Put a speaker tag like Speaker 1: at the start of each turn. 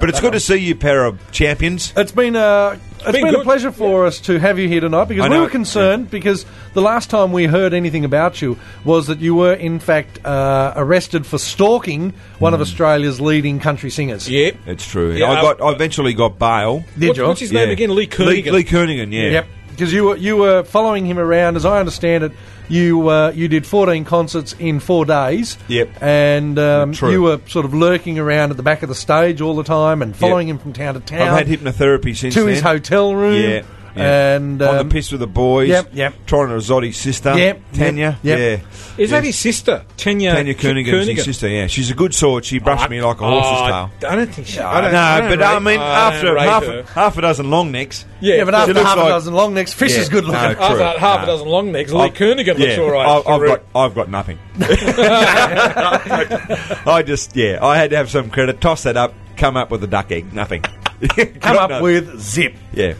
Speaker 1: But it's good to see you, pair of champions.
Speaker 2: It's been a it's
Speaker 3: been
Speaker 2: been, a
Speaker 3: good.
Speaker 2: pleasure for us to have you here tonight because
Speaker 1: I
Speaker 2: we
Speaker 1: know.
Speaker 2: were concerned because the last time we heard anything about you was that you were in fact uh, arrested for stalking one
Speaker 1: Mm.
Speaker 2: of Australia's leading country singers.
Speaker 3: Yeah.
Speaker 1: It's true.
Speaker 3: Yeah,
Speaker 1: I
Speaker 3: I-
Speaker 1: got. I eventually got bail.
Speaker 2: Did
Speaker 3: What-
Speaker 2: you?
Speaker 3: what's his name again? Lee Kernigan.
Speaker 1: Lee, Lee Kernigan, yeah.
Speaker 2: Yep. Because you were you were following him around, as I understand it, you uh, you did fourteen concerts in four days.
Speaker 1: Yep.
Speaker 2: And um,
Speaker 1: True.
Speaker 2: you were sort of lurking around at the back of the stage all the time and following him from town to town.
Speaker 1: I've had hypnotherapy since
Speaker 2: to his
Speaker 1: then.
Speaker 2: hotel room.
Speaker 1: Yeah, yeah.
Speaker 2: And
Speaker 1: on
Speaker 2: um,
Speaker 1: the piss with the boys.
Speaker 2: yep, yep.
Speaker 1: Trying to resort his sister.
Speaker 2: Yep,
Speaker 1: Tanya.
Speaker 2: yep,
Speaker 1: Yeah.
Speaker 2: yep.
Speaker 3: Is that
Speaker 1: Yes.
Speaker 3: his uh, sister? Tanya,
Speaker 1: Tanya
Speaker 3: K-
Speaker 1: Koenigan's his sister, yeah. She's a good sort. She brushed me like a
Speaker 3: Oh,
Speaker 1: horse's
Speaker 3: I-
Speaker 1: tail.
Speaker 3: I don't think she. I don't,
Speaker 1: no,
Speaker 3: I don't
Speaker 1: but
Speaker 3: rate-
Speaker 1: I mean,
Speaker 3: I don't
Speaker 1: after
Speaker 3: rate
Speaker 1: half,
Speaker 3: her.
Speaker 1: a, half a dozen long necks.
Speaker 3: Yeah,
Speaker 2: yeah, but
Speaker 1: she
Speaker 2: after
Speaker 1: looks
Speaker 2: half
Speaker 1: like-
Speaker 2: a dozen long necks, Fish
Speaker 1: Yeah,
Speaker 2: is good looking.
Speaker 1: no.
Speaker 3: After
Speaker 1: True.
Speaker 3: that, half
Speaker 1: No.
Speaker 3: a dozen long necks, Lee
Speaker 1: I've-
Speaker 3: Koenigan looks
Speaker 1: yeah,
Speaker 3: all right.
Speaker 1: I've, I've
Speaker 3: for a-
Speaker 1: got, I've got nothing. I just, yeah, I had to have some credit. Toss that up, come up with a duck egg. Nothing.
Speaker 2: Come up with zip.
Speaker 1: Yeah.